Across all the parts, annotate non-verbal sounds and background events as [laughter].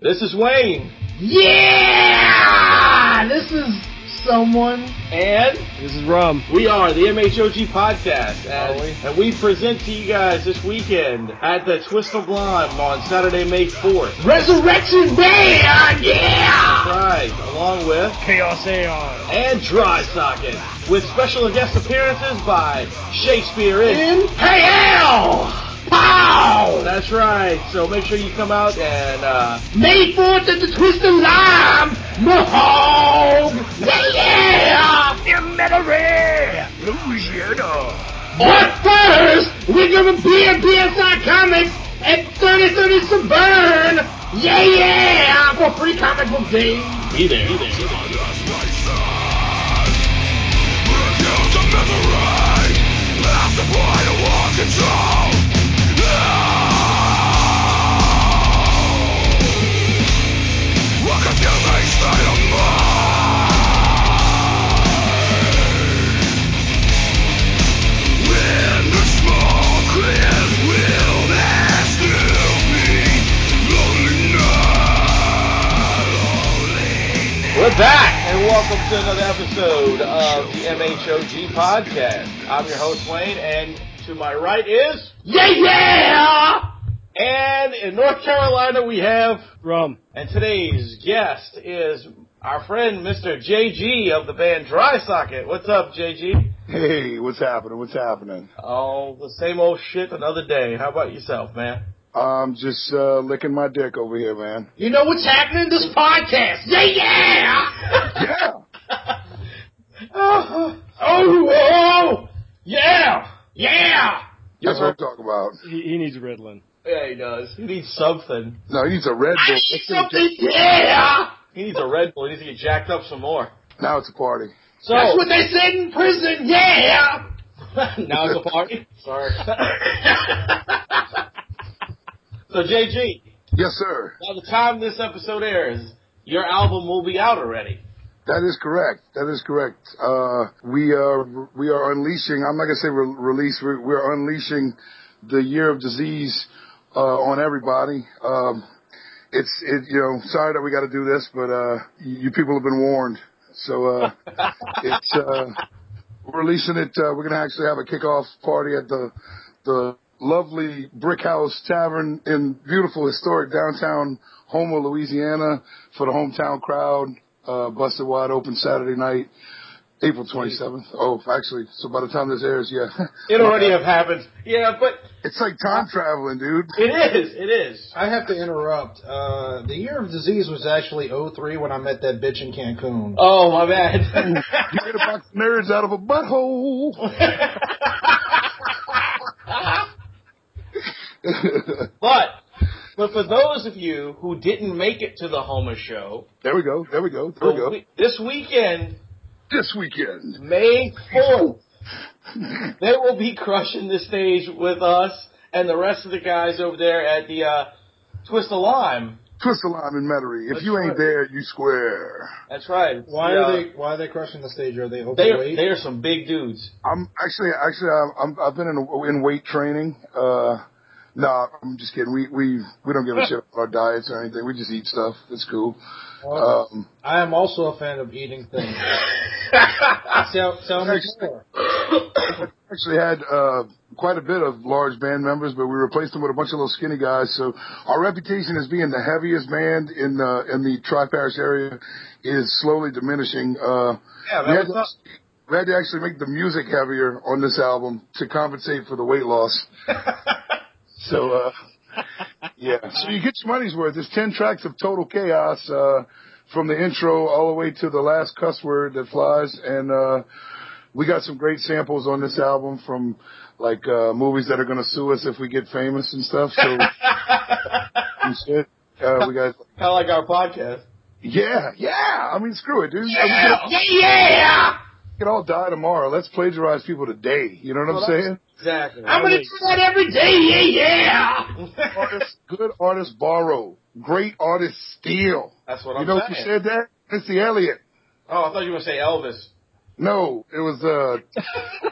This is Wayne. Yeah! This is someone. And This is Rum. we are the MHOG podcast. And, Are we? and we present to you guys this weekend at the Twist of Blonde on Saturday, May 4th. Resurrection Day! Ah, yeah! Pride, along with Chaos Aeon. and Dry Socket, with special guest appearances by Shakespeare in. In hell! Pow! That's right. So make sure you come out and uh, May 4th at the Twist of Lime! Mahog! Yeah! In Metairie! Louisiana! But first, we're gonna be at PSI Comics at 3030 Suburban! Yeah, yeah! For free comic book days! be there. Be there. We're back, and welcome to another episode of the MHOG podcast. I'm your host Wayne, and to my right is, Yeah, yeah! and in North Carolina we have, Rum. and today's guest is our friend Mr. JG of the band Dry Socket. What's up, JG? Hey, what's happening? What's happening? Oh, the same old shit another day. How about yourself, [laughs] man? I'm just uh, licking my dick over here, man. You know what's happening in this podcast? Yeah, [laughs] yeah! Yeah. Oh, [laughs] oh, oh, yeah, yeah! That's what I'm talking about. He, he needs Ritalin. yeah, he does. He needs something. No, he needs a Red Bull. Eat something, yeah! He needs a Red Bull. He needs to get jacked up some more. Now it's a party. So That's what they said in prison, [laughs] yeah! [laughs] now it's a party. Sorry. [laughs] so JG, Yes, sir. by the time this episode airs, your album will be out already. That is correct. That is correct. Uh, we are we are unleashing. I'm not gonna say re- release. We're, we're unleashing the year of disease uh, on everybody. Um, it's it. You know, sorry that we got to do this, but uh, you people have been warned. So uh, it's uh, we're releasing it. Uh, we're gonna actually have a kickoff party at the the lovely Brick House Tavern in beautiful historic downtown Houma, Louisiana, for the hometown crowd. Uh, busted wide open Saturday night, April 27th. Oh, actually, so by the time this airs, yeah, [laughs] It already have happened. Yeah, but it's like time traveling, dude. it is. It is. I have to interrupt. Uh, the year of disease was actually 03 when I met that bitch in Cancun. Oh my [laughs] bad. You made a box of nerds out of a butthole. [laughs] but but for those of you who didn't make it to the Homer show, there we go. There we go. There we the go. we- this weekend This weekend. May [laughs] 4th. they will be crushing the stage with us and the rest of the guys over there at the uh, Twist of Lime. Twist the lime and Metairie. If That's you ain't right. there, you square. That's right. Why Yeah. are they Why are they crushing the stage? Are they They are, overweight? they are some big dudes. I'm actually, actually, I'm, I'm I've been in in weight training. Uh, no, I'm just kidding. We we we don't give a shit about our diets or anything. We just eat stuff. It's cool. Well, Um, I am also a fan of eating things. tell, tell me more. actually had uh, quite a bit of large band members, but we replaced them with a bunch of little skinny guys. So our reputation as being the heaviest band in uh, in the Tri Parish area is slowly diminishing. Uh, Yeah, we, had that to, was up. we had to actually make the music heavier on this album to compensate for the weight [laughs] loss. so. Uh, yeah, so you get your money's worth. It's ten tracks of total chaos, uh, from the intro all the way to the last cuss word that flies, and uh, we got some great samples on this album from like uh movies that are gonna sue us if we get famous and stuff. So [laughs] and shit. Uh, we got Kind of like our podcast. yeah, yeah. I mean, screw it, dude. I mean, Yeah, yeah, yeah! we can all die tomorrow. Let's plagiarize people today. You know what Well, I'm that's- saying? Exactly. I'm gonna do that every day, yeah, yeah! Artists, good artists borrow, great artists steal. [laughs] That's what You I'm know who saying. said that? Missy Elliott. Oh, I thought you were going to say Elvis. No, it was uh,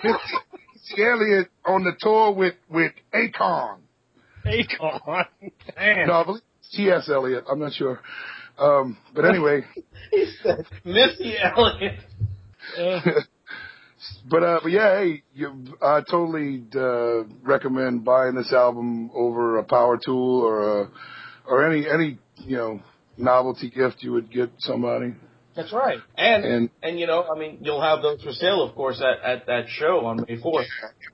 Missy Elliott on the tour with with Akon. Aeon. No, I believe T.S. Eliot. I'm not sure. Um, but anyway, He said, Missy Elliott. Uh, but uh, but yeah, hey, you, I totally uh, recommend buying this album over a Power Tool or a, or any any you know novelty gift you would get somebody. "That's right." And, and And- you know, I mean, you'll have those for sale, of course, at, at that show on May fourth.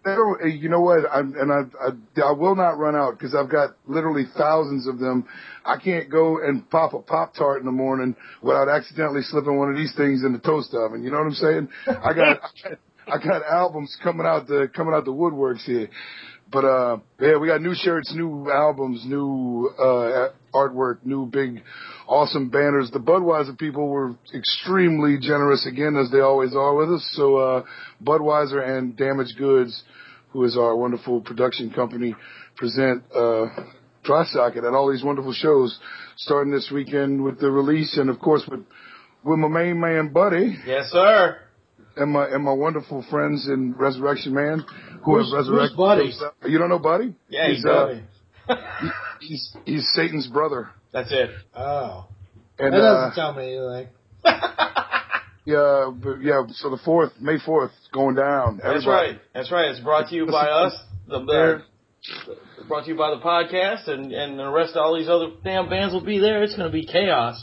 They don't- you know what? I'm, and I, I, I will not run out because I've got literally thousands of them. I can't go and pop a Pop Tart in the morning without accidentally slipping one of these things in the toast oven. You know what I'm saying? I got, I got albums coming out the, coming out the woodworks here. But, uh, yeah, we got new shirts, new albums, new, uh, artwork, new big, awesome banners. The Budweiser people were extremely generous again, as they always are with us. So, uh, Budweiser and Damaged Goods, who is our wonderful production company, present uh, Dry Socket at all these wonderful shows, starting this weekend with the release, and of course with with my main man Buddy Yes, sir. and my and my wonderful friends in Resurrection Man, who Who's- have resurrected. who's Buddy? themselves. You don't know Buddy? Yeah, he's you got uh, he's he's Satan's brother. That's it. Oh, And that doesn't uh, tell me anything. yeah, but yeah. So the fourth, May fourth, going down. That's Everybody. right. That's right. It's brought to you by us. The There. uh, brought to you by the podcast, and and the rest of all these other damn bands will be there. It's going to be chaos.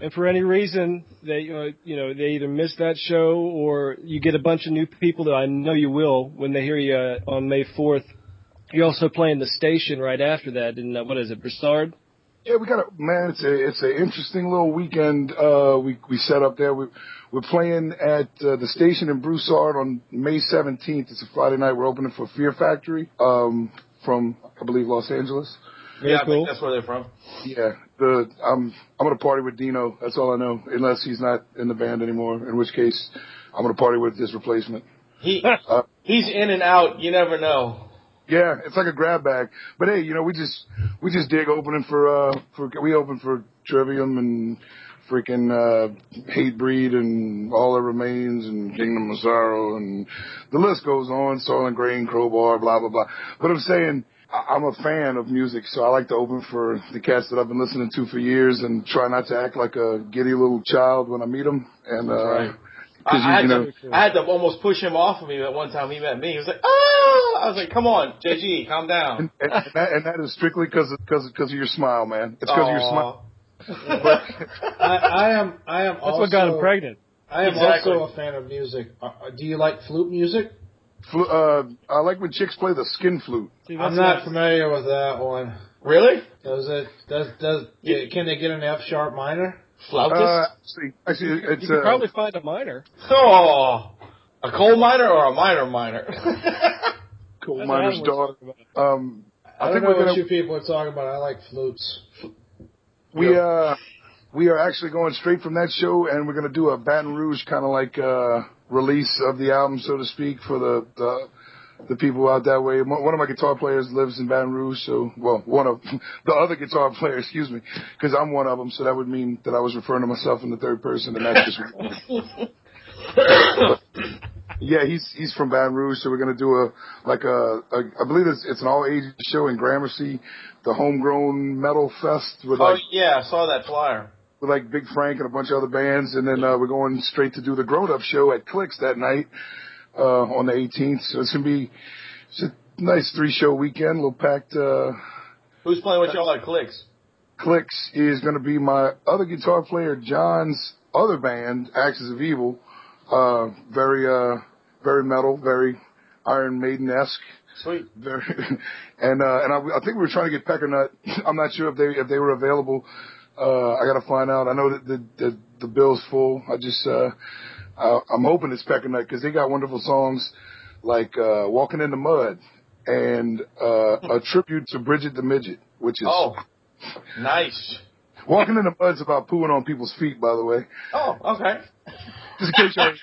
and for any reason, they uh, you know they either miss that show or you get a bunch of new people that I know you will when they hear you uh, on May fourth. You're also playing the station right after that in uh, what is it, Broussard? Yeah, we got a man. It's a it's an interesting little weekend uh, we we set up there. We we're playing at uh, the station in Broussard on May seventeenth. It's a Friday night. We're opening for Fear Factory um, from I believe Los Angeles. Very yeah, I cool. think that's where they're from. Yeah, the I'm I'm gonna party with Dino. That's all I know. Unless he's not in the band anymore, in which case I'm gonna party with his replacement. He [laughs] Uh, he's in and out. You never know. Yeah, it's like a grab bag. But hey, you know, we just we just dig opening for uh for we open for Trivium and freaking uh Hate Breed and All That Remains and Kingdom of Sorrow and the list goes on, Soil and Grain, Crowbar, blah blah blah. But I'm saying I- I'm a fan of music, so I like to open for the cats that I've been listening to for years and try not to act like a giddy little child when I meet them. And uh, right. 'cause I, I, had you, you know, to, I had to almost push him off of me that one time he met me. He was like, "Oh!" I was like, "Come on, JG, calm down." and, and, that, and that is strictly because because because of your smile, man. It's because of your Aw. [laughs] smile. I, I am. I am. That's what got him also- pregnant. I am Exactly. also a fan of music. Uh, uh, do you like flute music? Flu- uh, I like when chicks play the skin flute. See, I'm that's not familiar with that one. Really? Does it? Does does? You- Can they get an F sharp minor? Flautist? Uh, actually, actually, Oh, You it's could uh, probably find a minor. oh, a coal miner or a miner [laughs] miner? coal That's what I miner's was daughter. talking about. Um, I, I don't think know we're what gonna you people are talking about. I like flutes. we uh we are actually going straight from that show, and we're gonna do a Baton Rouge kind of like uh release of the album, so to speak, for the the. The people out that way. One one of my guitar players lives in Baton Rouge, so well, one of [laughs] the other guitar player, excuse me, because I'm one of them. So that would mean that I was referring to myself in the third person, and that's just Yeah, he's he's from Baton Rouge, so we're gonna do a like a, a I believe it's it's an all ages show in Gramercy, the homegrown metal fest with oh like yeah, I saw that flyer. with like Big Frank and a bunch of other bands, and then uh, we're going straight to do the grown up show at Clicks that night uh, on the 18th. So it's gonna be it's a nice three show weekend, a little packed. Uh, Who's playing with y'all at Clicks? Clicks is gonna be my other guitar player John's other band, Axis of Evil, uh, very uh, very metal, very Iron Maiden esque. Sweet. There, [laughs] and uh, and I, I think we were trying to get Peckernut. [laughs] I'm not sure if they if they were available. Uh, I got to find out. I know that the, the the bill's full. I just uh, I, I'm hoping it's Peckernut because they got wonderful songs like uh, "Walking in the Mud" and uh, a tribute to Bridget the Midget, which is Oh, nice. "Walking in the Mud's about pooing on people's feet. By the way, Oh, okay. just in case [laughs] y'all.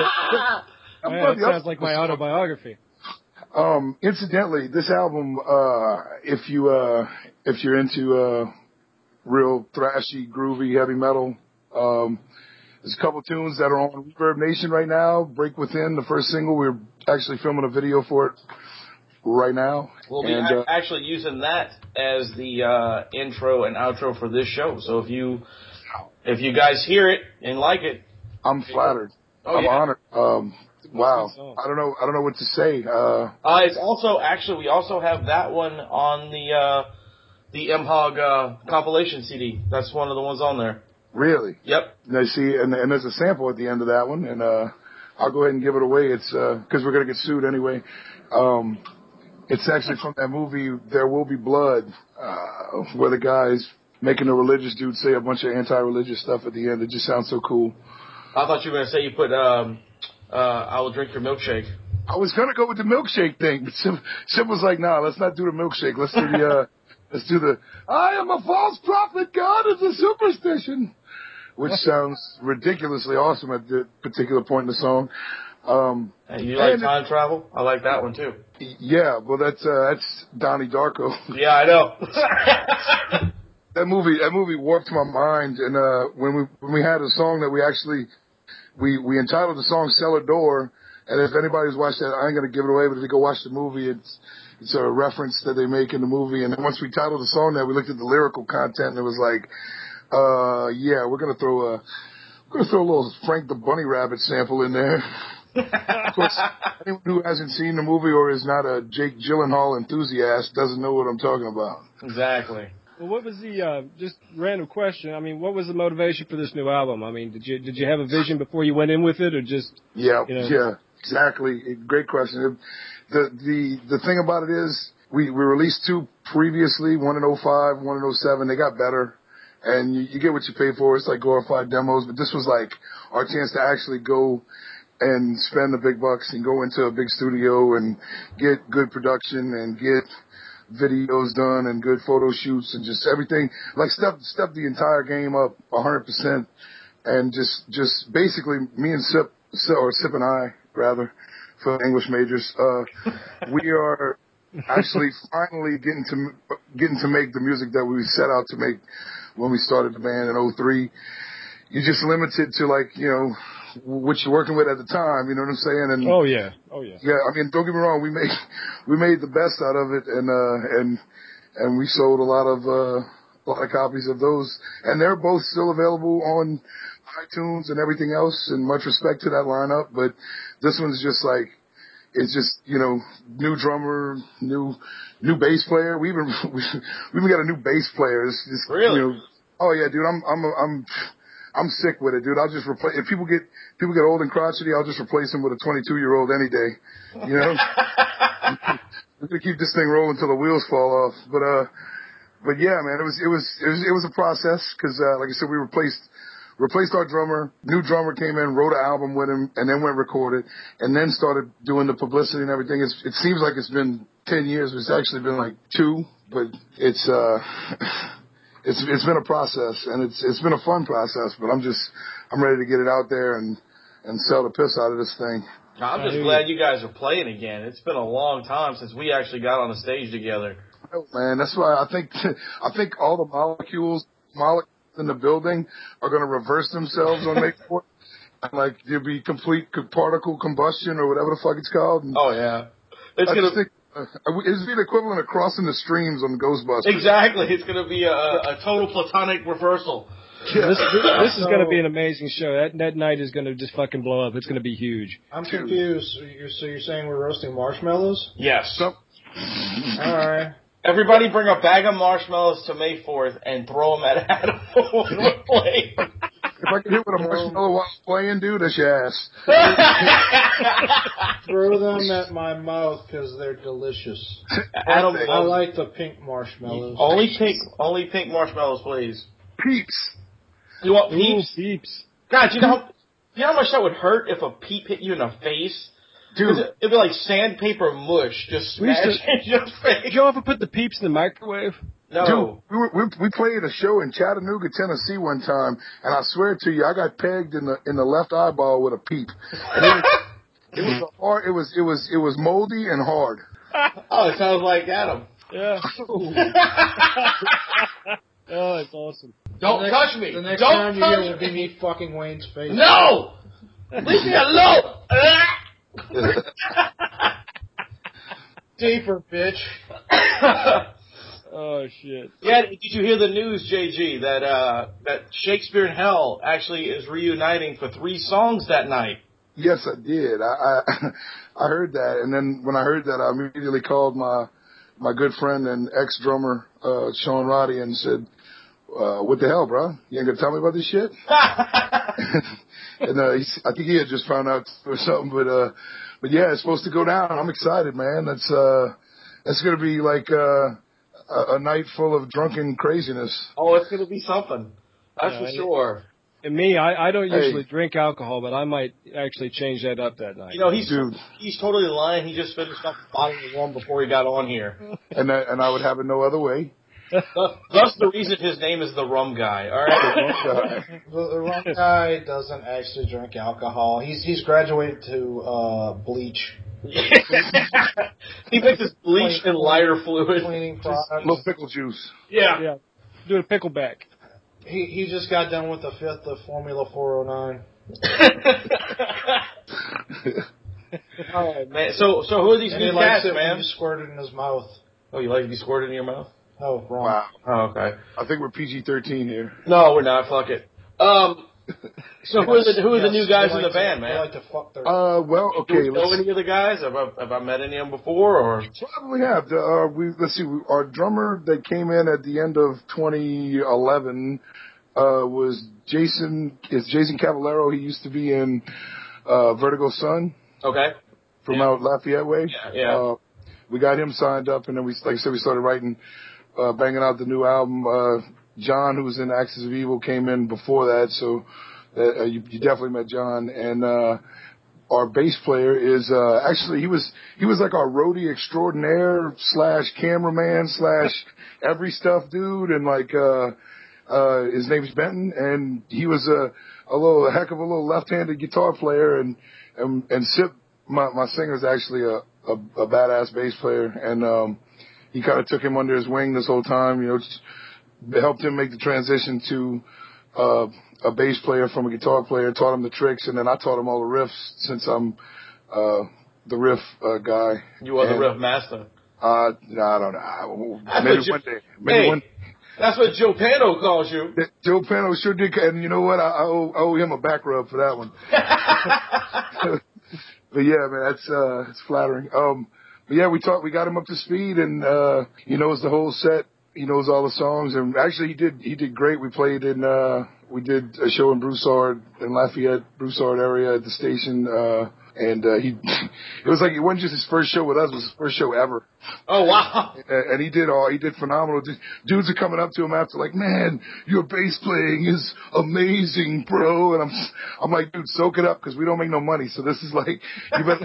I'm glad Man, that the other sounds like was- my autobiography. Um, incidentally, this album, uh, if you uh, if you're into uh, real thrashy, groovy heavy metal, um, there's a couple tunes that are on Reverb Nation right now. Break Within, the first single, we're actually filming a video for it right now. We'll be and ac uh, actually using that as the uh, intro and outro for this show. So if you if you guys hear it and like it, I'm flattered. oh I'm yeah. honored. Um, wow. song. I don't know. I don't know what to say. Uh, Uh, it's also actually we also have that one on the uh, the MHOG uh, compilation CD. That's one of the ones on there. really. Yep. And I see, and, and there's a sample at the end of that one, and uh, I'll go ahead and give it away. It's because we're gonna get sued anyway. Um, it's actually from that movie There Will Be Blood, uh, where the guy's making a religious dude say a bunch of anti-religious stuff at the end. It just sounds so cool. I thought you were gonna say you put um, uh, I will drink your milkshake. I was gonna go with the milkshake thing, but Sim, Sim was like, "Nah, let's not do the milkshake. Let's do the, uh, [laughs] let's do the I am a false prophet. God is a superstition," which sounds ridiculously awesome at the particular point in the song. Um, Hey, you like And- time travel? I like that one too. yeah, well, that's uh, that's Donnie Darko. [laughs] Yeah, I [laughs] know. that movie that movie warped my mind and uh when we when we had a song that we actually we we entitled the song cellar door and if anybody's watched that i ain't gonna give it away but if you go watch the movie it's it's a reference that they make in the movie and once we titled the song that we looked at the lyrical content and it was like uh yeah we're gonna throw a we're gonna throw a little frank the bunny rabbit sample in there of course anyone who hasn't seen the movie or is not a jake gyllenhaal enthusiast doesn't know what i'm talking about exactly. Well, what was the uh, just random question? I mean, what was the motivation for this new album? I mean, did you did you have a vision before you went in with it, or just Yeah, You know? yeah, exactly. Great question. The the the thing about it is, we we released two previously, one in 05, one in 07. They got better, and you, you get what you pay for. It's like glorified demos, but this was like our chance to actually go and spend the big bucks and go into a big studio and get good production and get videos done and good photo shoots and just everything like step step the entire game up 100% and just just basically me and sip Si- or sip and i rather for english majors uh we are actually finally getting to m- getting to make the music that we set out to make when we started the band in 03 you're just limited to like you know what you're working with at the time you know what i'm saying and oh yeah, oh yeah. yeah, I mean, don't get me wrong. We made we made the best out of it, and uh, and and we sold a lot of uh, a lot of copies of those, and they're both still available on iTunes and everything else. And much respect to that lineup, but this one's just like it's just you know new drummer, new new bass player. We even [laughs] we even got a new bass player. It's just Really? You know, oh yeah, dude. I'm I'm I'm I'm sick with it, dude. I'll just replace if people get people get old and crotchety. I'll just replace them with a 22 year old any day. You know, we're gonna keep this thing rolling till the wheels fall off. But uh, but yeah, man, it was it was it was it was a process because uh, like I said, we replaced replaced our drummer. New drummer came in, wrote an album with him, and then went recorded, and then started doing the publicity and everything. It's, it seems like it's been ten years. but It's actually been like two, but it's uh, [laughs] it's it's been a process, and it's it's been a fun process. But I'm just I'm ready to get it out there and and sell the piss out of this thing. I'm hear just you. glad you guys are playing again. It's been a long time since we actually got on the stage together. Oh, man, that's why I think [laughs] I think all the molecules molecules in the building are going to reverse themselves on May [laughs] Fourth. Like there'll be complete co- particle combustion or whatever the fuck it's called. And Oh yeah. It's I gonna just think uh, it's be the equivalent of crossing the streams on Ghostbusters. exactly. It's gonna be a, a total platonic reversal. This, this, this is So- going to be an amazing show. That that night is going to just fucking blow up. It's going to be huge. I'm confused. So you're, so you're saying we're roasting marshmallows? Yes. So- All right. Everybody bring a bag of marshmallows to May Fourth and throw them at [laughs] Adam while we're playing. If I could hit with a marshmallow while I'm playing, dude, that's your ass. Throw them at my mouth because they're delicious. Adam I loves like the pink marshmallows. only pink, only pink marshmallows, please. Peeps. You want Ooh, peeps? peeps. God, you know, how, you know how much that would hurt if a peep hit you in the face. Dude, It'd be like sandpaper mush, just We used to- smashing [laughs] your Did face. y'all ever put the peeps in the microwave? No, Dude, we, were, we we played a show in Chattanooga, Tennessee, one time, and I swear to you, I got pegged in the in the left eyeball with a peep. And it, was, [laughs] it was a hard. It was it was it was moldy and hard. oh, it sounds like Adam. [laughs] Yeah. oh, it's awesome. Don't The next- touch me. The next Don't time you hear touch it will be me. me fucking Wayne's face. No, [laughs] leave me alone. Ah! Deeper, bitch. [laughs] Oh shit. Yeah, did you hear the news, JG, that uh, that Shakespeare in Hell actually is reuniting for three songs that night? Yes, I did. I, [laughs] I I heard that, and then when I heard that, I immediately called my my good friend and ex drummer uh, Sean Roddy and said, uh, "What the hell, bro? You ain't gonna tell me about this shit?" [laughs] and uh, he's, I think he had just found out or something, but uh, but yeah, it's supposed to go down. I'm excited, man. That's uh, that's gonna be like uh, a, a night full of drunken craziness. Oh, it's gonna be something. That's Yeah, for it- sure. And me, I, I don't Hey. usually drink alcohol, but I might actually change that up that night. You [laughs] know, he's Dude. he's totally lying. He just finished up the bottom of one before he got on here. And I, and I would have it no other way. Thus, thus the reason his name is the Rum Guy. All right. [laughs] Uh, The, [laughs] the wrong guy doesn't actually drink alcohol. He's he's graduated to uh, bleach he mixes bleach and lighter fluid. cleaning products. little pickle juice. Yeah. yeah. Do a pickleback. He he just got done with the fifth of Formula 409. [laughs] oh man. So so who are these And he new likes cats, it when man? you squirt it in his mouth. Oh, you like to be squirted in your mouth? Oh, wrong. Wow. Oh, okay. I think we're PG-13 here. No, we're not. Fuck it. [laughs] Um. So who are the who are the Yes, new guys they in the like to- band, They man? like to fuck their. Uh, well, Do okay. we know Let's, any of the guys? Have I, have I met any of them before? Or probably have. The, uh, we let's see. We, our drummer that came in at the end of 2011 uh, was Jason. Is Jason Cavallero? He used to be in uh, Vertigo Sun okay, from Yeah. out Lafayette way. Yeah, yeah. Uh, we got him signed up, and then we, like I said, we started writing, uh, banging out the new album. Uh, John, who was in Axis of Evil, came in before that, so uh, you, you definitely met John. And uh, our bass player is uh, actually he was he was like our roadie extraordinaire slash [laughs] cameraman slash every stuff dude, and like. Uh, uh, his name's Benton, and he was a, a little a heck of a little left-handed guitar player, and and, and Sip, my my singer's actually a, a a badass bass player, and um, he kind of took him under his wing this whole time, you know, just helped him make the transition to uh, a bass player from a guitar player, taught him the tricks, and then I taught him all the riffs since I'm uh, the riff uh, guy. you are the And, riff master. Uh, no, I don't know. That's Maybe what you- one day. Maybe hey, one. that's what Joe Pano calls you. That Joe Pano sure did, and you know what? I I owe, I owe him a back rub for that one. but yeah, man, that's uh, it's flattering. Um, but yeah, we talked, we got him up to speed, and uh, he knows the whole set. He knows all the songs, and actually, he did he did great. We played in uh, we did a show in Broussard in Lafayette, Broussard area at the station, uh, and uh, he [laughs] it was like it wasn't just his first show with us; it was his first show ever Oh wow. and and he did all he did phenomenal. Dude- Dudes are coming up to him after like, man, your bass playing is amazing, bro. And I'm s- I'm like, dude, soak it up because we don't make no money. So this is like, you better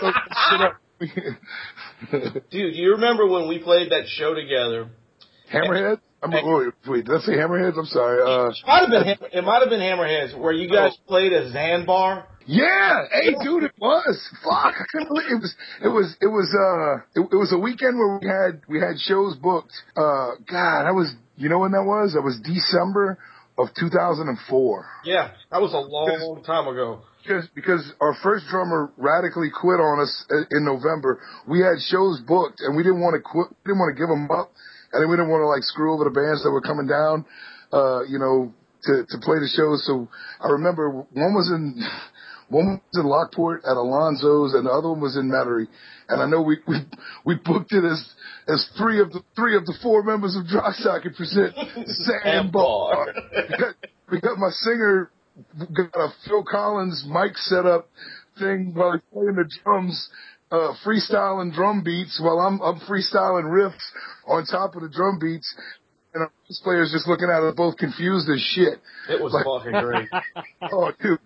soak this shit up. [laughs] Dude, do you remember when we played that show together? Hammerhead. I'm like, wait, wait, did I say Hammerheads? I'm sorry. Uh, It might have been Ham- it might have been Hammerheads where you guys played a Zanbar. yeah, hey, dude, it was fuck. I couldn't believe it was. It was. It was. Uh, it, it was a weekend where we had we had shows booked. Uh, God, I was. You know when that was? That was December of 2004. Yeah, that was a long, long time ago. because because our first drummer radically quit on us i- in November. We had shows booked and we didn't want to quit, didn't want to give them up, and then we didn't want to like screw over the bands that were coming down, uh, you know, to to play the shows. So I remember one was in. One was in Lockport at Alonzo's, and the other one was in Metairie. And I know we we, we booked it as as three of the three of the four members of Dry Socket present Sandbar. we, got, we got my singer got a Phil Collins mic setup thing while he's playing the drums, uh, freestyling drum beats while I'm I'm freestyling riffs on top of the drum beats, and our bass players just looking at us both confused as shit. [laughs] It was Like- fucking great. [laughs] Oh, dude.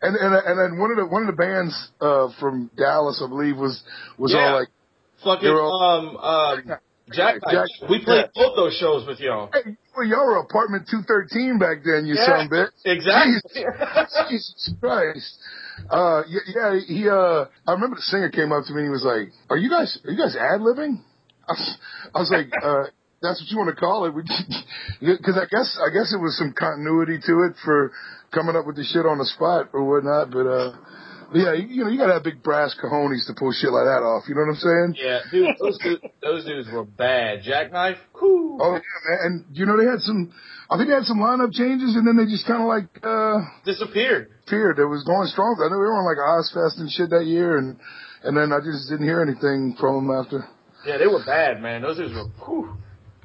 And and and then one of the one of the bands uh, from Dallas, I believe, was was Yeah. all like, Fucking They were all- um um Jack, Jack- we played yeah. both those shows with y'all. "Hey, well, y'all were apartment two thirteen back then, you Yeah. son of a bitch." Exactly. [laughs] [laughs] Jesus Christ. Uh, y- yeah, he, uh, I remember the singer came up to me and he was like, are you guys, are you guys ad-libbing? I was, [laughs] I was like, uh, that's what you want to call it. [laughs] Because I guess, I guess it was some continuity to it for coming up with the shit on the spot or whatnot. But, uh, yeah, you, you know, you gotta have big brass cojones to pull shit like that off. You know what I'm saying? Yeah, dude, those, dudes, those dudes were bad. Jackknife, cool. Oh yeah, man. And you know they had some. I think they had some lineup changes, and then they just kind of like uh disappeared. appeared. It was going strong. I know we were on like Ozfest and shit that year, and and then I just didn't hear anything from them after. Yeah, they were bad, man. Those dudes were. Whew.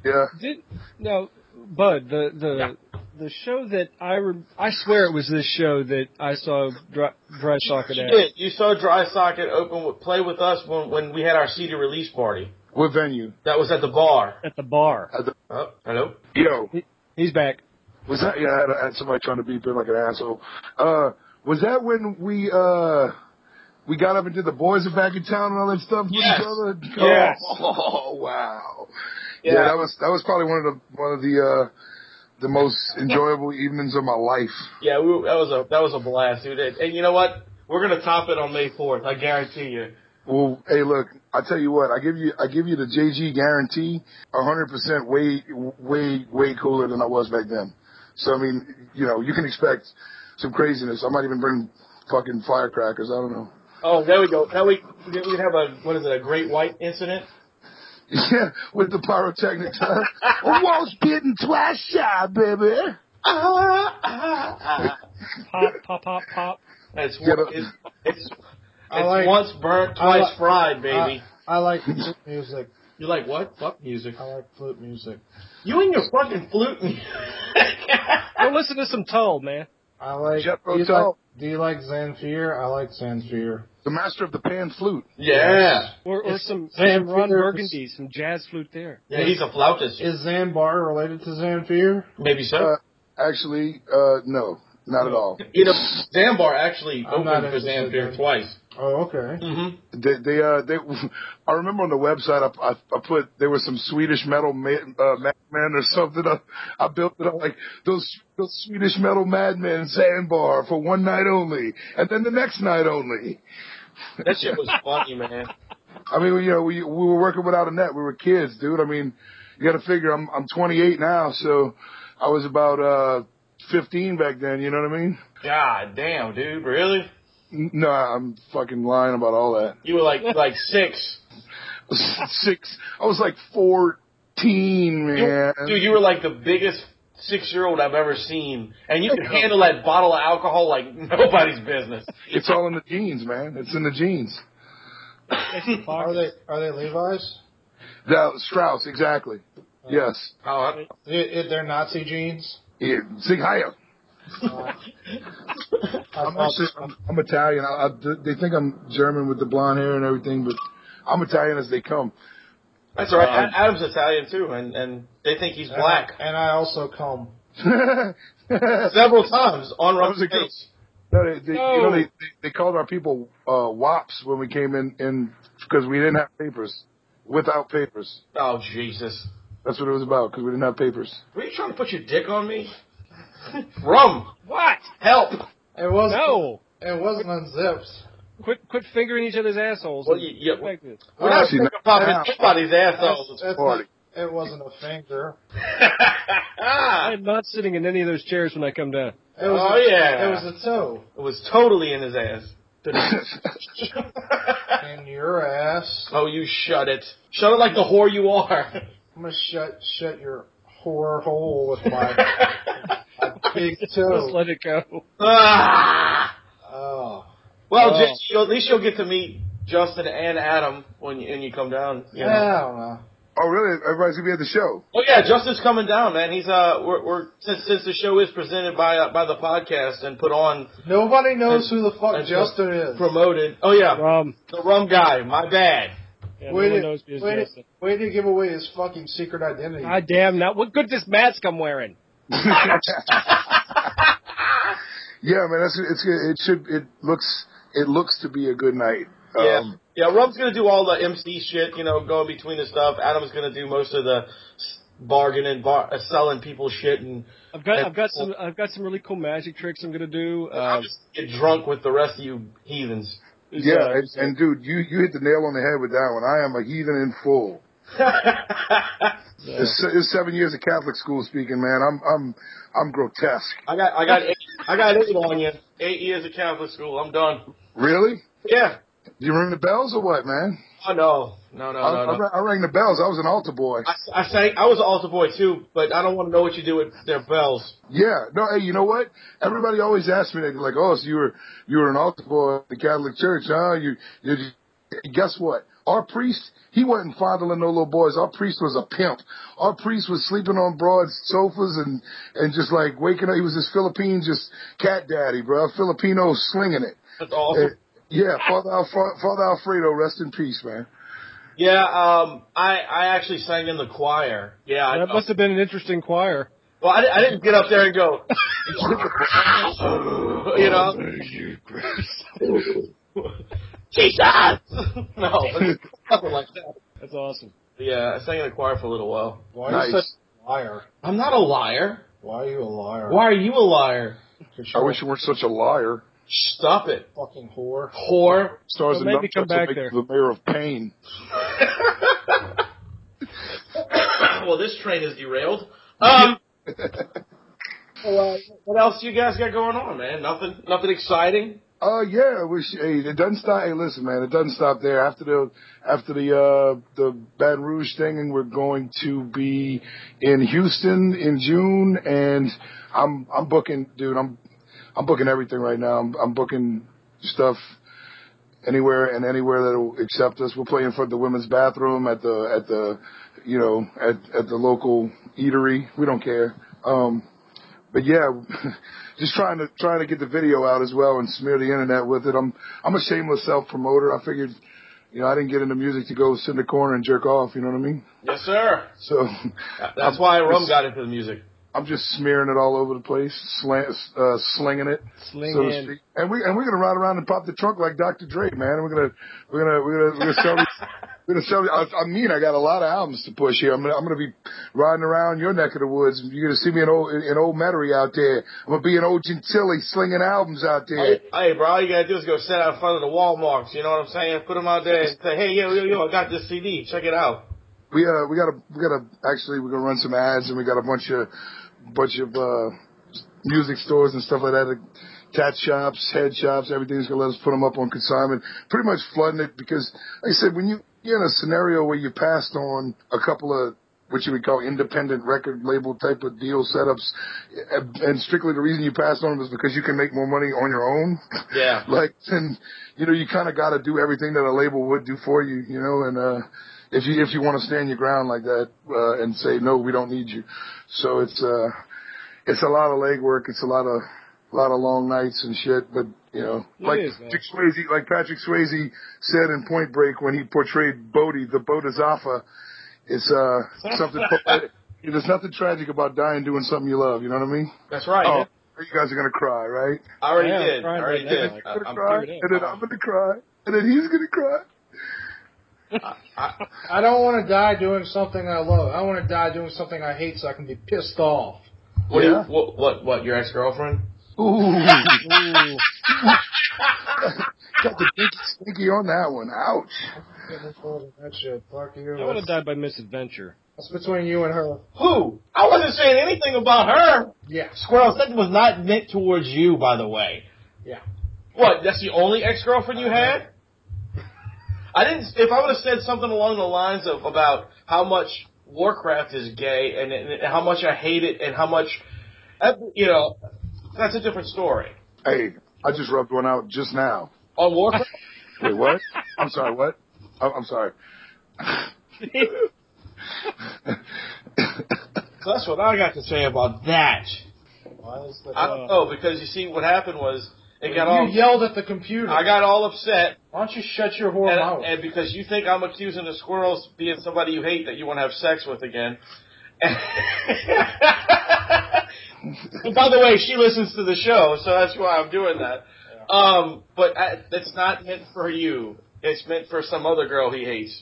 Yeah, Did no, Bud, the the the show that I re- I swear it was this show that I saw dry, dry socket You at. did. You saw Dry Socket open with Play with Us when, when we had our CD release party. what venue? That was at the bar. At the bar. Oh, hello. Yo, He's back. was that? Yeah, I had, I had somebody trying to beep in like an asshole. Uh, was that when we uh we got up and did the boys are back in town and all that stuff with Yes. each other? Yes. Oh [laughs] wow. Yeah. Yeah. that was that was probably one of the one of the uh the most enjoyable evenings of my life. Yeah, we, that was a that was a blast, dude. And, and you know what? We're gonna top it on May fourth. I guarantee you. Well, hey, look, I tell you what, I give you, I give you the JG guarantee, hundred percent, way, way, way cooler than I was back then. So I mean, you know, you can expect some craziness. I might even bring fucking firecrackers. I don't know. [laughs] Oh, there we go. Now we we can have a what is it? A Great White incident. Yeah, with the pyrotechnics. Huh? Once bitten, twice shy, baby. Ah, ah, ah. Pop, pop, pop, pop. It's, one- Yeah, but- it's it's I it's like- once burnt, I twice like- fried, baby. I like [laughs] flute music. you like what? Fuck music. I like flute music. You and your fucking flute. [laughs] music. Go listen to some Toll, man. I like. Jet do, you Rotel. like do you like Zanfear? I like Zanfear. The master of the pan flute. yeah. Or, or It's some, Sam some Ron Peters. Burgundy, some jazz flute there. Yeah, he's a flautist. Is Zanbar related to Zanfear? Maybe so. Uh, actually, uh, no, not at all. you know, Zambar actually I'm opened not for interested Zamfir in- twice. Oh, okay. Mm-hmm. They, they, uh, they. [laughs] I remember on the website, I, I, I put there was some Swedish metal ma- uh, madman or something. I, I built it up like those those Swedish metal madmen sandbar for one night only, and then the next night only. That shit was funny, man. I mean, you know, we we were working without a net. We were kids, dude. I mean, you got to figure. I'm I'm 28 now, so I was about uh 15 back then. You know what I mean? God damn, dude, really? N- No, I'm fucking lying about all that. [laughs] You were like like six, Six. I was like 14, man. dude. You were like the biggest six year old I've ever seen, and you could handle that bottle of alcohol like [laughs] nobody's business. It's all in the jeans, man. It's in the jeans. Mm-hmm. Are they are they Levi's? That Strauss, exactly. Yes. Oh, I- It, it, they're Nazi jeans. Yeah. Sing higher. I I'm thought- actually, I'm, I'm Italian. I, I, they think I'm German with the blonde hair and everything, but I'm Italian as they come. [laughs] that's all right. A- Adam's Italian too, and and they think he's and I- black And I also come. no, several times on That was Russ's a good- face. they, they, You know, they, they, they called our people uh, wops when we came in, in because we didn't have papers. Without papers. Oh Jesus! That's what it was about, because we didn't have papers. [laughs] Were you trying to put your dick on me? Rum, What? help! It was No. It wasn't unzipped. Quit, quit fingering each other's assholes. Well, and you- yeah, like this. We're Oh, not Actually, fucking no. popping anybody's That's, assholes. that's not, Party. it wasn't a finger. [laughs] it I'm not sitting in any of those chairs when I come down. It was Oh, a, yeah. It was a toe was totally in his ass. Oh, in your ass. oh, you shut it! Shut it like the whore you are. I'm gonna shut shut your whore hole with my [laughs] big Just toe. let it go. ah! Oh, Well, Wow. Jess, you'll- at least you'll get to meet Justin and Adam when you, and you come down. You yeah. know. I don't know. Oh, really? Everybody's going to be at the show. Oh yeah, Justin's coming down, man. He's uh, we're, we're since since the show is presented by uh, by the podcast and put on Nobody knows who the fuck That's Justin is. promoted. Oh yeah, Um, the rum guy. My bad. yeah, no Way one to, knows me as way, to, Justin. way to give away his fucking secret identity. God damn, now what good this mask I'm wearing? Yeah, man, that's it's it should it looks it looks to be a good night. Yeah. Um, yeah, Rum's gonna do all the MC shit, you know, going between the stuff. Adam's gonna do most of the s- bargaining, bar, uh, selling people shit, and I've got, I've got some, I've got some really cool magic tricks I'm gonna do. I'll Um, just uh, get drunk with the rest of you heathens. it's, yeah, uh, and, and dude, you you hit the nail on the head with that one. I am a heathen in full. [laughs] I It's, it's seven years of Catholic school speaking, man. I'm I'm I'm grotesque. got, I got, eight, I got eight on you. Eight years of Catholic school. I'm done. Really? Yeah. You ring the bells or what, man? Oh no, no, no, I, no, I, no. ra- I rang the bells. I was an altar boy. I, I sang. I was an altar boy too, but I don't want to know what you do with their bells. Yeah. No. Hey, you know what? Everybody always asks me that. Like, oh, so you were you were an altar boy at the Catholic Church, huh? You, you, you guess what? Our priest, he wasn't fondling no little boys. Our priest was a pimp. Our priest was sleeping on broad sofas and and just like waking up. He was this Philippine just cat daddy, bro. Filipino slinging it. That's awesome. Eh, yeah. Father Alfredo, Father Alfredo, rest in peace, [laughs] man. Yeah, um, I I actually sang in the choir. Yeah, I, That must have been an interesting choir. well, I, di- I didn't get up there and go, [laughs] you know, [laughs] Jesus. [laughs] no, [laughs] but nothing like that. That's awesome. Yeah, I sang in the choir for a little while. Why are Nice. you such a liar? I'm not a liar. Why are you a liar? Why are you a liar? I wish you weren't such a liar. Stop it, fucking whore. whore. Stars Well, and maybe come numbers will back make there. you the mayor of pain. well, this train is derailed. Um, [laughs] well, uh, what else you guys got going on, man? Nothing, nothing exciting. Uh yeah, I wish hey, it doesn't stop hey listen man, it doesn't stop there. After the after the uh the Baton Rouge thing and we're going to be in Houston in June and I'm I'm booking dude, I'm I'm booking everything right now. I'm I'm booking stuff anywhere and anywhere that'll accept us. We're playing for the women's bathroom at the at the you know, at at the local eatery. We don't care. Um but yeah, just trying to trying to get the video out as well and smear the internet with it. I'm I'm a shameless self promoter. I figured, you know, I didn't get into music to go sit in the corner and jerk off. You know what I mean? Yes, sir. So [laughs] That's why Rome got into the music. I'm just smearing it all over the place, slant, uh, slinging it, Sling so to in. speak. And we and we're gonna ride around and pop the trunk like Dr. Dre, man. We're gonna we're gonna we're gonna, we're gonna sell. these- We're gonna sell. I, I mean, I got a lot of albums to push here. I'm gonna, I'm gonna be riding around your neck of the woods. You're gonna see me in old in old Metairie out there. I'm gonna be in old Gentilly slinging albums out there. Hey, hey, bro, all you gotta do is go sit out in front of the Walmarts. You know what I'm saying? Put them out there and say, hey, yo, yo, yo, I got this CD. Check it out. We uh we gotta we gotta actually we're gonna run some ads and we got a bunch of bunch of uh music stores and stuff like that. like Tat shops, head shops, everything's gonna let us put them up on consignment. Pretty much flooding it because, like I said, when you you're in a scenario where you passed on a couple of what you would call independent record label type of deal setups, and- and strictly the reason you passed on them is because you can make more money on your own. Yeah. like, and you know, you kind of got to do everything that a label would do for you, you know, and uh, if you if you want to stand your ground like that uh, and say no, we don't need you. So it's uh, it's a lot of legwork. It's a lot of a lot of long nights and shit. But you know, It like is, man. Patrick Swayze, like Patrick Swayze said in Point Break when he portrayed Bodie, the Bodhisattva, it's uh something. [laughs] poetic. There's nothing tragic about dying doing something you love. You know what I mean? That's right. Oh, man. you guys are gonna cry, right? I already Yeah, I'm did. I crying already right did. now. I, You're gonna I'm, cry, teared up. and then I'm gonna cry, and then he's gonna cry. I, I don't want to die doing something I love. I want to die doing something I hate so I can be pissed off. what, do Yeah. you, what, what, what, your ex-girlfriend? Ooh, Ooh. got the pinky stinky on that one. Ouch. Getting involved in that shit. Fuck you. I want to die by misadventure. That's between you and her. Who? I wasn't saying anything about her. Yeah. Squirrel, that was not meant towards you, by the way. Yeah. Uh-huh. What? That's the only ex-girlfriend you had? I didn't. If I would have said something along the lines of about how much Warcraft is gay and, and how much I hate it and how much, uh, you know, that's a different story. Hey, I just rubbed one out just now. On [laughs] Warcraft, Wait, what? I'm sorry, what? I'm, I'm sorry. [laughs] that's what I got to say about that. Why is that? I don't know because you see, what happened was it got you all. yelled at the computer. I got all upset, Why don't you shut your whore mouth? and, and because you think I'm accusing the squirrels of being somebody you hate that you want to have sex with again. [laughs] and by the way, she listens to the show, so that's why I'm doing that. Um, but I, that's not meant for you. It's meant for some other girl he hates.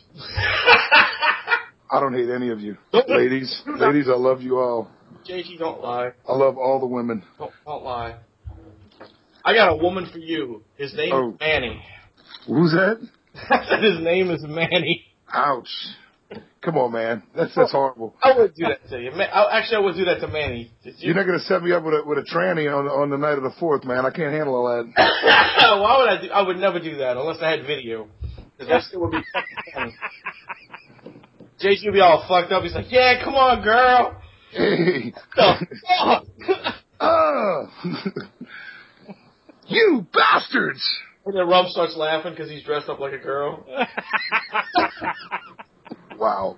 I don't hate any of you. Ladies, ladies, I love you all. JG, don't lie. I love all the women. Don't, don't lie. I got a woman for you. His name Oh. is Manny. [laughs] Who's that? I said his name is Manny. Ouch. Come on, man. That's that's horrible. [laughs] I would do that to you. Man, I, oh, actually, I would do that to Manny. Just you- You're not gonna set me up with a with a tranny on on the night of the fourth, man. I can't handle all that. [laughs] Why would I do? I would never do that unless I had video. Because that shit would be fucking funny. Jason would be all fucked up. He's like, "Yeah, come on, girl." Hey. The fuck? Uh, [laughs] you bastards! and then Rump starts laughing because he's dressed up like a girl. Wow.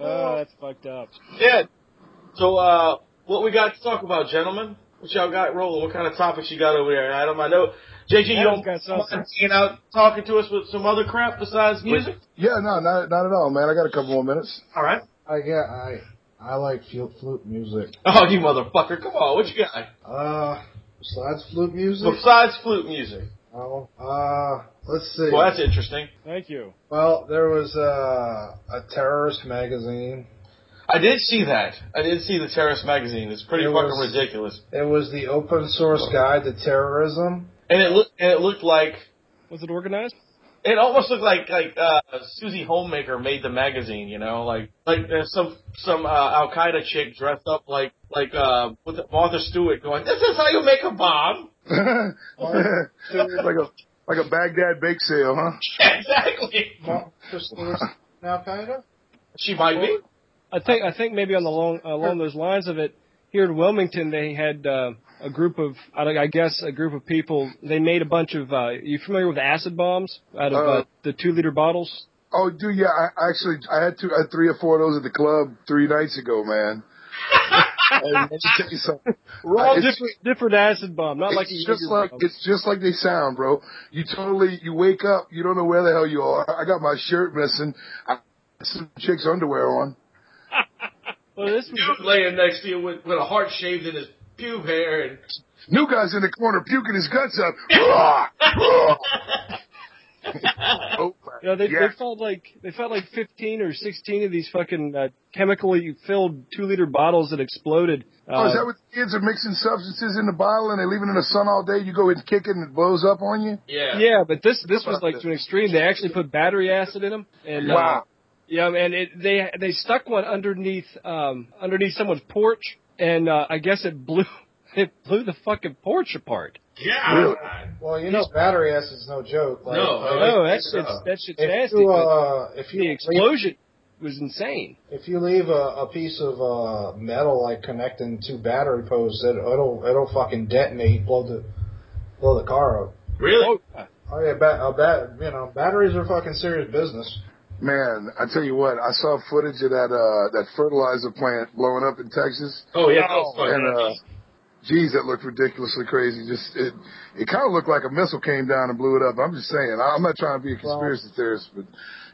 Oh, that's fucked up. Yeah. So, uh, what we got to talk about, gentlemen? What y'all got rolling? What kind of topics you got over there, Adam? I know, JG, you don't Adam's got something. mind hanging out talking to us with some other crap besides music. Yeah, no, not not at all, man. I got a couple more [laughs] minutes. All right. I get I I like flute, flute music. Oh, you motherfucker! Come on, what you got Uh, besides flute music, besides flute music? oh, uh, let's see. Well, that's interesting. Thank you. Well, there was uh, a terrorist magazine. I did see that. I did see the Terrorist magazine. It's pretty It fucking was- ridiculous. It was the open source guide to terrorism. And it looked and it looked like Was it organized? it almost looked like like uh Susie Homemaker made the magazine, you know, like like there's some some uh, Al Qaeda chick dressed up like like uh with Martha Stewart going, "This is how you make a bomb." [laughs] like a like a Baghdad bake sale, huh? exactly. Martha [laughs] Stewart and Al Qaeda. She might be. I think I think maybe on the long along those lines of it. Here in Wilmington, they had uh, a group of I don't- I guess a group of people. They made a bunch of. Uh, you familiar with acid bombs out of uh, Uh, the two liter bottles? Oh, dude, yeah. I actually I had two, I had three or four of those at the club three nights ago, [laughs] man. and let me tell you something. All it's- different different acid bomb, not like it's a just Jaeger like bomb. it's just like they sound, bro. You totally you wake up, you don't know where the hell you are. I got my shirt missing. I got some chick's underwear on. Well, this was Dude laying next to you with, with a heart shaved in his pube hair and New guy's in the corner puking his guts [laughs] out. [laughs] Rawr! Rawr! oh, You know, they, yeah. they felt like they felt like fifteen or sixteen of these fucking uh, chemically filled two liter bottles that exploded. Uh, Oh, is that what the kids are mixing substances in the bottle and they leave it in the sun all day? You go and kick it and it blows up on you? yeah. yeah, but this this was like to an extreme. They actually put battery acid in them, and uh, Wow. yeah, man, it, they they stuck one underneath um underneath someone's porch, and uh, I guess it blew [laughs] it blew the fucking porch apart. Yeah. Well, you know, battery acid's no joke. Like, No, like, no, Oh, that's it's, that shit's if nasty. you but uh, if you the explosion was insane. If you leave a, a piece of uh, metal like connecting two battery posts, it, it'll it'll fucking detonate, blow the blow the car up. Really? Oh, yeah. Oh yeah, ba- uh, ba- you know batteries are fucking serious business. Man, I tell you what, I saw footage of that uh that fertilizer plant blowing up in Texas. Oh yeah. that was fucking and uh geez, that looked ridiculously crazy. Just it it kinda looked like a missile came down and blew it up. I'm just saying, I- I'm not trying to be a conspiracy theorist, but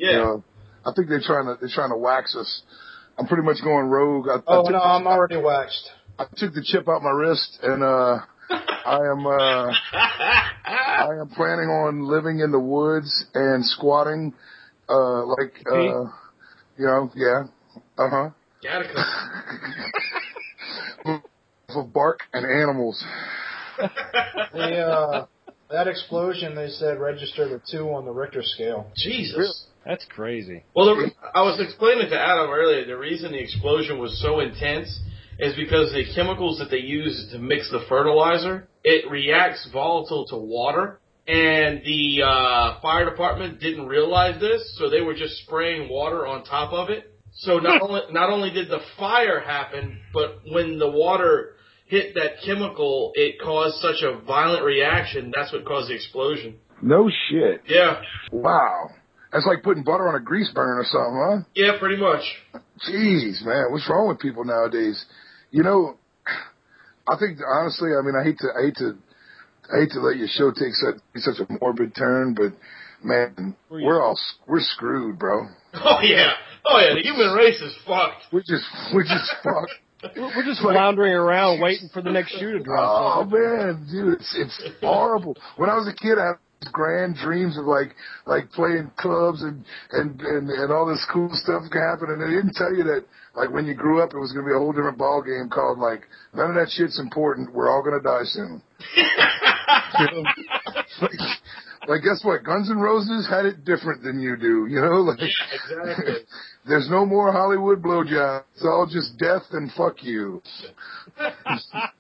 yeah. you know I think they're trying to they're trying to wax us. I'm pretty much going rogue. I, I Oh took no, the- I'm already waxed. I took the chip out my wrist and [laughs] uh I am uh I am planning on living in the woods and squatting uh like uh you know, yeah. Uh huh. Gattaca. Of bark and animals. The [laughs] uh, that explosion they said registered a two on the Richter scale. Jesus. that's crazy. Well, the, I was explaining to Adam earlier the reason the explosion was so intense is because the chemicals that they use to mix the fertilizer it reacts volatile to water, and the uh, fire department didn't realize this, so they were just spraying water on top of it. So not only not only did the fire happen, but when the water hit that chemical, it caused such a violent reaction. That's what caused the explosion. No shit. Yeah, Wow. That's like putting butter on a grease burner or something, yeah, pretty much. huh? Jeez, man, what's wrong with people nowadays? You know, I think honestly, I mean, I hate to, I hate to, I hate to let your show take such such a morbid turn, but man, we're all we're screwed, bro. [laughs] Oh yeah. Oh yeah, the human race is fucked. We're just we're just [laughs] fucked. We're, we're just [laughs] floundering around waiting for the next shoe to [laughs] drop. Oh man, dude, it's it's horrible. When I was a kid, I had these grand dreams of like like playing clubs and and and, and all this cool stuff could happen, and they didn't tell you that like when you grew up, it was gonna be a whole different ball game called like none of that shit's important. We're all gonna die soon. You know? like, guess what? Guns N' Roses had it different than you do. You know, [laughs] like Exactly. there's no more Hollywood blowjob. It's all just death and fuck you.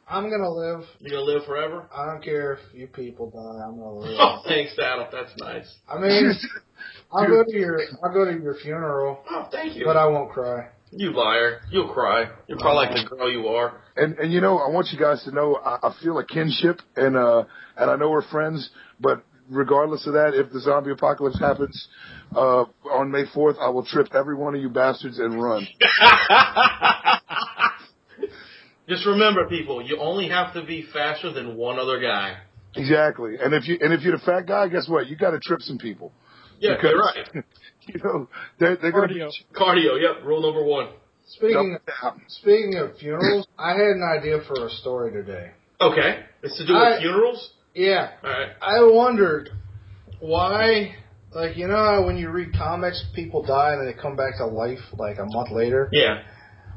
I'm gonna live. [laughs] You gonna live forever? I don't care if you people die. I'm gonna live. Oh, [laughs] thanks, Adam. That's nice. I mean, I'll Dude. go to your I'll go to your funeral, Oh, thank you. but uh, I won't cry. you liar. You'll cry. You'll cry like the girl you are. And and you know, I want you guys to know I, I feel a kinship and uh and I know we're friends, but regardless of that, if the zombie apocalypse happens uh on May fourth, I will trip every one of you bastards and run. Just remember, people, you only have to be faster than one other guy. Exactly. And if you and if you're the fat guy, guess what? You gotta trip some people. Yeah, Because- you're right. [laughs] You know, they're they're gonna [laughs] Cardio. Cardio, yep, rule number one. Speaking Yep. Yeah. speaking of funerals, I had an idea for a story today. Okay. It's to do with I- funerals? Yeah, Alright. I wondered why, like, you know how when you read comics, people die and then they come back to life like a month later? Yeah.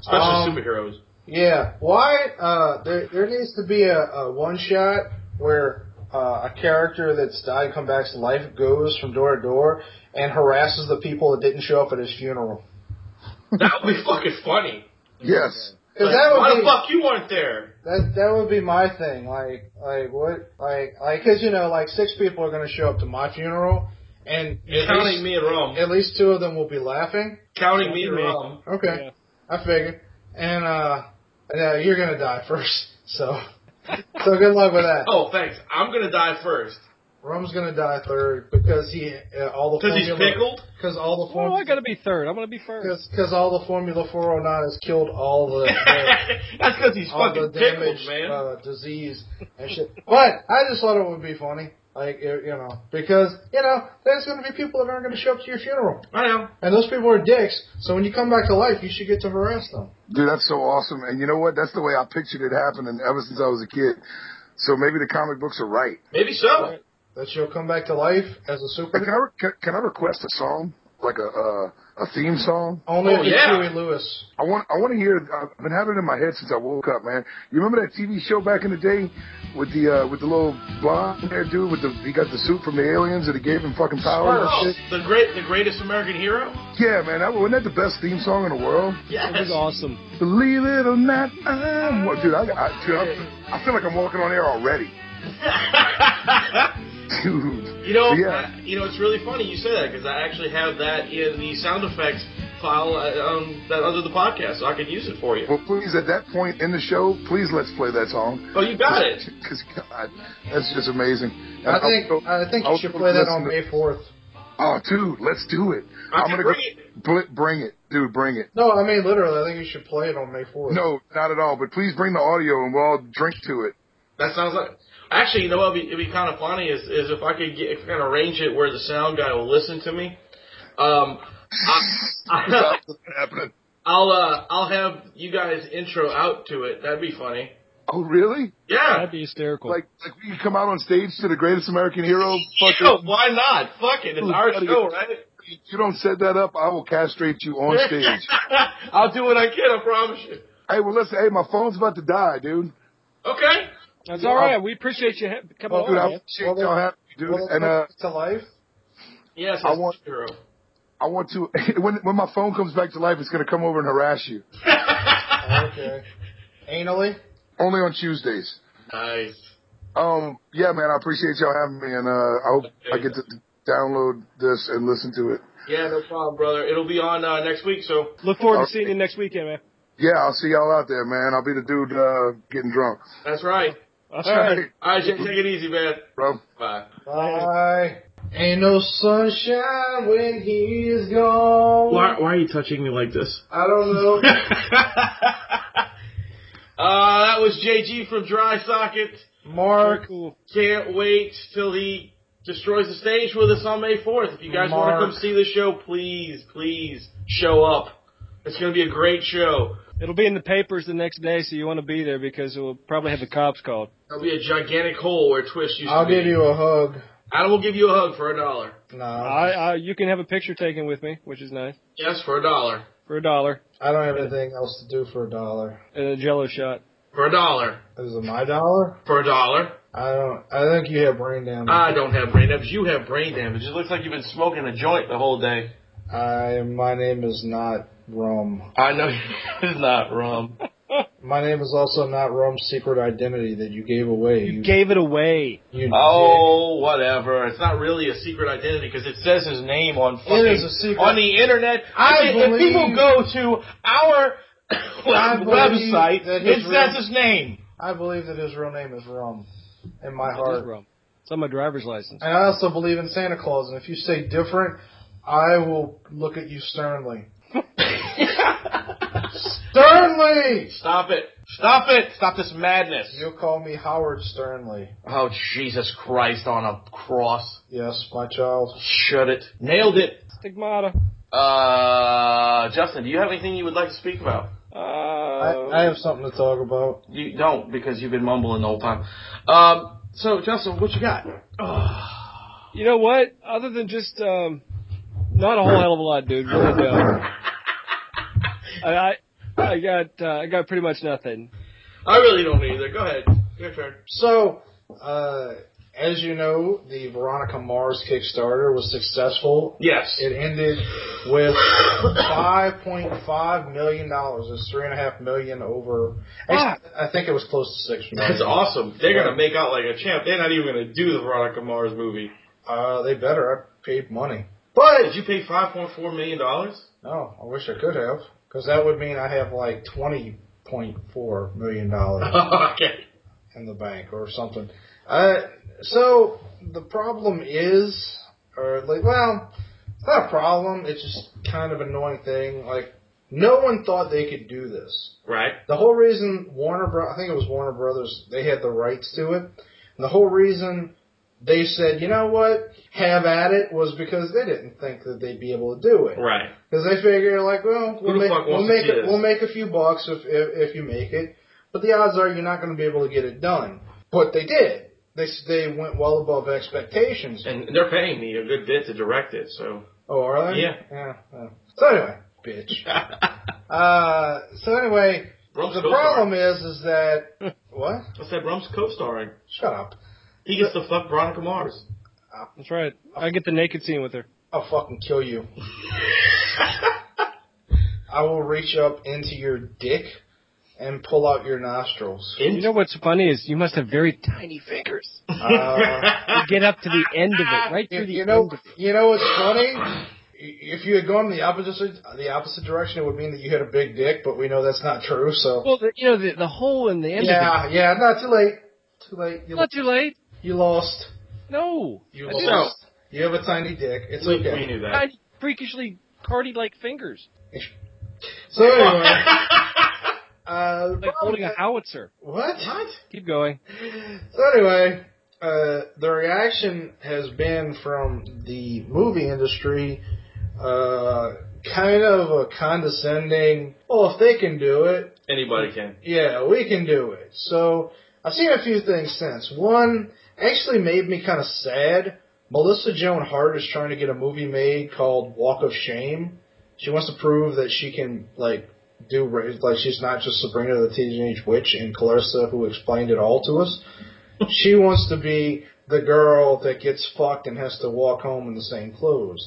Especially Um, superheroes. Yeah. Why, uh, there, there needs to be a, a one shot where uh, a character that's died, come back to life, goes from door to door and harasses the people that didn't show up at his funeral. That would be fucking funny. Yes. Because Like, that would why be, the fuck you weren't there? That that would be my thing. Like like what like like because you know like six people are going to show up to my funeral, and You're at counting least, me and Rome. At least two of them will be laughing. Counting me and Me. Rome. Okay, Yeah. I figured. And uh, yeah, you're going to die first. [laughs] So so good luck with that. Oh, thanks. I'm gonna die first. Rome's going to die third because he uh, all the Because Oh. he's pickled? [laughs] because all Why do the I formula gotta be third? I'm gonna be first. because all the formula 409 has killed all the. the That's because he's all fucking the pickled, damage, man. uh, disease and shit. But I just thought it would be funny, like you you know, because you know there's going to be people that aren't going to show up to your funeral, I know. and those people are dicks. So when you come back to life, you should get to harass them. Dude, that's so awesome. And you know what? That's the way I pictured it happening ever since I was a kid. So maybe the comic books are right. Maybe so. That you'll come back to life as a Hey, [laughs] Can I, super. re- can, can I request a song? Like a, uh, a theme song? Only Oh, if you're yeah. Huey Lewis. I want I want to hear. I've been having it in my head since I woke up, man. You remember that TV show back in the day with the uh, with the little blonde haired dude with the he got the suit from the aliens and it gave him fucking powers Oh, and shit. the great, the greatest American hero. Yeah, man, that, wasn't that the best theme song in the world? Yes. That was awesome. Believe it or not, I'm wa- dude. I, I, dude I, I feel like I'm walking on air already, [laughs] [laughs] dude. you know, Yeah. I- you know, it's really funny you say that because I actually have that in the sound effects file uh, um, that under the podcast, so I can use it for you. Well, please at that point in the show, please let's play that song. Oh, you got [laughs] it. Because God, that's just amazing. I think I think you I'll should play that on listen to- May fourth. Oh, dude, let's do it. I I'm can gonna bring go, bl- bring it, dude. Bring it. No, I mean literally. I think you should play it on May fourth. No, not at all. But please bring the audio and we'll all drink to it. That sounds like. Actually, you know what? It'd be, it'd be kind of funny is, is if I could get, if I can arrange it where the sound guy will listen to me. Um, I, I, [laughs] Stop this from happening. I'll uh, I'll have you guys intro out to it. That'd be funny. Oh, really? Yeah. That'd be Oh. hysterical. Like, like we could come out on stage to the greatest American hero? Fuck Yeah, it. why not? Fuck it. It's our show, right? If you don't set that up, I will castrate you [laughs] on stage. I'll do what I can. I promise you. hey, well, listen. Hey, my phone's about to die, dude. Okay. That's all right. We appreciate you ha- coming Well, Dude, I on. man. appreciate Well, y'all having me, dude. Well, and uh, to life. Yes. I that's want- Hero. I want to. [laughs] when when my phone comes back to life, it's gonna come over and harass you. [laughs] Okay. Anally. Only on Tuesdays. [laughs] Nice. Um, yeah, man, I appreciate y'all having me, and uh, I hope I get to download this and listen to it. Yeah, no problem, brother. It'll be on uh, next week, so Look forward All to seeing you next weekend, man. Yeah, I'll see y'all out there, man. I'll be the dude uh, getting drunk. that's right. That's All right. right, All right, Jay, take it easy, man. bro. Bye. Bye. Ain't no sunshine when he's gone. why are you touching me like this? I [laughs] don't know. uh, that was JG from Dry Socket. Mark. Cool. Can't wait till he destroys the stage with us on May 4th. If you guys want to Mark. come see the show, please, please show up. It's going to be a great show. It'll be in the papers the next day, so you want to be there because we'll probably have the cops called. There'll be a gigantic hole where Twist used I'll to be. give you a hug. Adam will give you a hug for a dollar. No, I, I, I, you can have a picture taken with me, which is nice Yes, for a dollar. for a dollar don't have anything else to do for a dollar. and a Jello shot. For a dollar. Is it my dollar? For a dollar. I don't. I think you have brain damage. I don't have brain damage. You have brain damage. It looks like you've been smoking a joint the whole day. I my name is not Rum. I know [laughs] it's not rum. My name is also not Rum's secret identity that you gave away. You gave it away. you Oh, whatever. It's not really a secret identity because it says his name on fucking is a secret- on the internet. I if, if believe- people go to our [coughs] I believe website, that it his says real- his name. I believe that his real name is Rum, in my It is heart. rum. It's on my driver's license. And I also believe in Santa Claus. And if you say different, I will look at you sternly. Sternly. Stop it! Stop it! Stop this madness! You'll call me Howard Sternly. Oh Jesus Christ on a cross! Yes, my child. Shut it! Nailed it! Stigmata. Uh, Justin, do you have anything you would like to speak about? Uh, I, I have something to talk about. You don't because you've been mumbling the whole time. Um, so Justin, what you got? you know what? Other than just um, not a whole hell of a lot, dude. Really don't. [laughs] I, I I got uh, I got pretty much nothing. I really don't either. Go ahead. Your turn. So, uh, as you know, the Veronica Mars Kickstarter was successful. Yes. It ended with five point five million dollars. It's three and a half million over. Actually, I think it was close to six million. That's awesome. They're gonna make out like a champ. They're not even gonna do the Veronica Mars movie. Uh, they better. I paid money. But did you pay five point four million dollars? No, I wish I could have, because that would mean I have like twenty point four million dollars. okay. in the bank or something. Uh, so the problem is, or like, well, it's not a problem. It's just kind of annoying thing. Like, no one thought they could do this. Right. The whole reason Warner, Bro- I think it was Warner Brothers, they had the rights to it. And the whole reason they said, you know what, have at it, was because they didn't think that they'd be able to do it. Right. Because they figure like, well, we'll the make fuck we'll wants to make see it, this? we'll make a few bucks if, if if you make it, but the odds are you're not going to be able to get it done. But they did. They s- they went well above expectations. And they're paying me a good bit to direct it, [laughs] so. oh, are they? Yeah. Yeah. yeah. So anyway, bitch. uh, so anyway, Rum's the problem co-starring. is is that [laughs] what? I said Rum's co-starring. Shut up. He gets to fuck Veronica [laughs] Mars. That's right. I get the naked scene with her. I'll fucking kill you. I will reach up into your dick and pull out your nostrils. You know what's funny is you must have very tiny fingers. Uh, You get up to the end of [laughs] it, right You, through the you know, end of it. you know what's funny? I- If you had gone the opposite the opposite direction, it would mean that you had a big dick, but we know that's not true. So Well, the, you know the the hole in the end of yeah, yeah, not too late, too late. it. You, Not too late. you lost. No, You I lost. didn't. You have a tiny dick. It's We, okay. we knew that. tiny, freakishly cardi-like fingers, So anyway, [laughs] uh, like holding a howitzer. what? Keep going. So anyway, uh, the reaction has been from the movie industry, uh, kind of a condescending. Well, if they can do it, Anybody can. Yeah, we can do it. So I've seen a few things since. One actually made me kind of sad. Melissa Joan Hart is trying to get a movie made called Walk of Shame. She wants to prove that she can like do ra- like she's not just Sabrina the Teenage Witch and Clarissa who explained it all to us. she wants to be the girl that gets fucked and has to walk home in the same clothes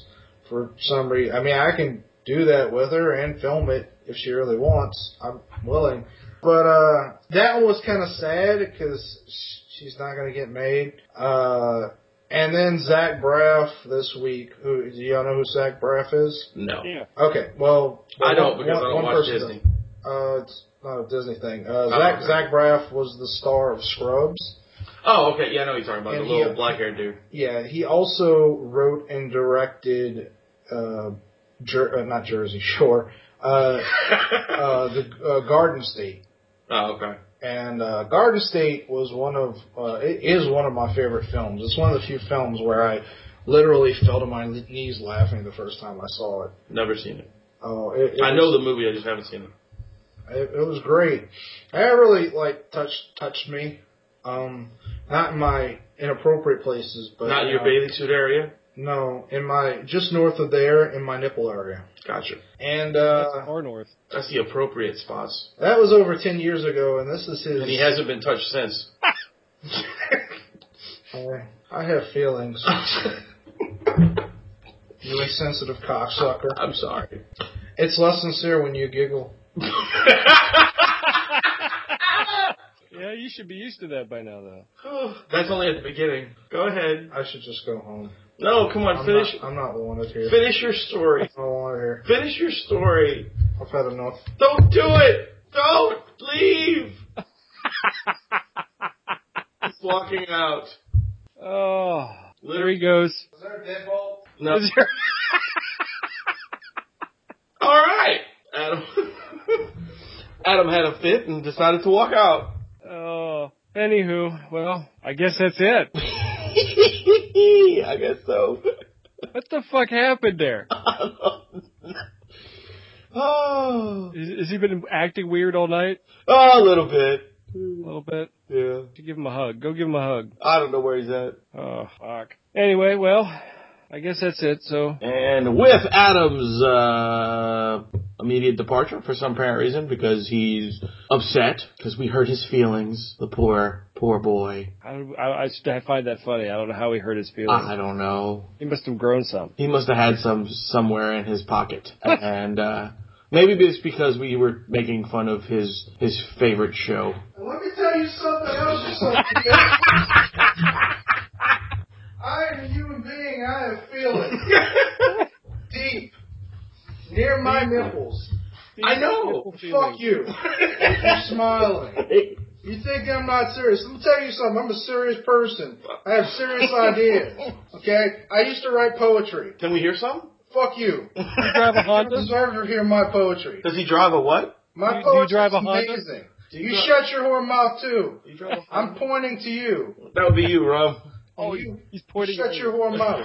for some reason. I mean, I can do that with her and film it if she really wants. I'm willing. But uh, that was kind of sad because she's not going to get made. Uh, and then Zach Braff this week. Who do y'all know who Zach Braff is? No. Yeah. Okay, well I don't because I don't watch person Disney. does. Uh, it's not a Disney thing. Uh, Oh, Zach okay. Zach Braff was the star of Scrubs. Oh, okay. Yeah, I know what you're talking about. And the little he- black haired dude. [laughs] Yeah, he also wrote and directed, uh, Jer- uh not Jersey [laughs] Shore, uh, uh, the uh, Garden State. oh, okay. and uh, Garden State was one of uh, it is one of my favorite films. It's one of the few films where I literally fell to my knees laughing the first time I saw it. Never seen it. Oh, it, it I was- know the movie, I just haven't seen it. it, it was great. It really like touched touched me. Um, not in my inappropriate places, but Not you your know, bathing suit area? No, in my just north of there, in my nipple area, Gotcha. and That's uh, far north. That's the appropriate spots. that was over ten years ago, and this is [laughs] his. And he hasn't been touched since. I, I have [laughs] feelings. you insensitive cocksucker. I'm sorry. It's less sincere when you giggle. Yeah, you should be used to that by now, though. [laughs] That's only at the beginning. Go ahead. I should just go home. No, come on, I'm Uh, finish. not, I'm not wanted here. Finish your story. I'm not wanted here. Finish your story. I've had enough. Don't do it. Don't leave. He's walking out. Oh, there he goes. [laughs] Is there a deadbolt? No. All right, Adam. [laughs] Adam had a fit and decided to walk out. [laughs] Oh, anywho, well, I guess that's it. I guess so. [laughs] What the fuck happened there? oh, Is, has he been acting weird all night? oh, a little bit. A little bit. Yeah. You Give him a hug. Go give him a hug. I don't know where he's at. Oh, fuck. Anyway, well, I guess that's it. So, And with Adam's uh, immediate departure for some apparent reason, because he's upset, because we hurt his feelings, the poor, poor boy. I, I, I just- I find that funny. I don't know how he hurt his feelings. Uh-huh. I don't know. He must have grown some. He must have had some somewhere in his [laughs] pocket, and uh, maybe it's because we were making fun of his his favorite show. And let me tell you something else you son of a bitch. [laughs] I am a human being. I have feelings. [laughs] Deep. Near my nipples. I know. Nipple Fuck feelings. you. You're [laughs] smiling. You think I'm not serious? Let me tell you something. I'm a serious person. I have [laughs] serious ideas. Okay? I used to write poetry. Can we hear some? Fuck you. You drive a You don't Honda? deserve to hear my poetry. [laughs] Does he drive a what? My Do you- do you poetry drive a is Honda? amazing. you You, drive- shut your whore mouth too. He drive a I'm pointing to you. That would be you, Rob. Oh, you, he's pointing shut at your me. whore mouth.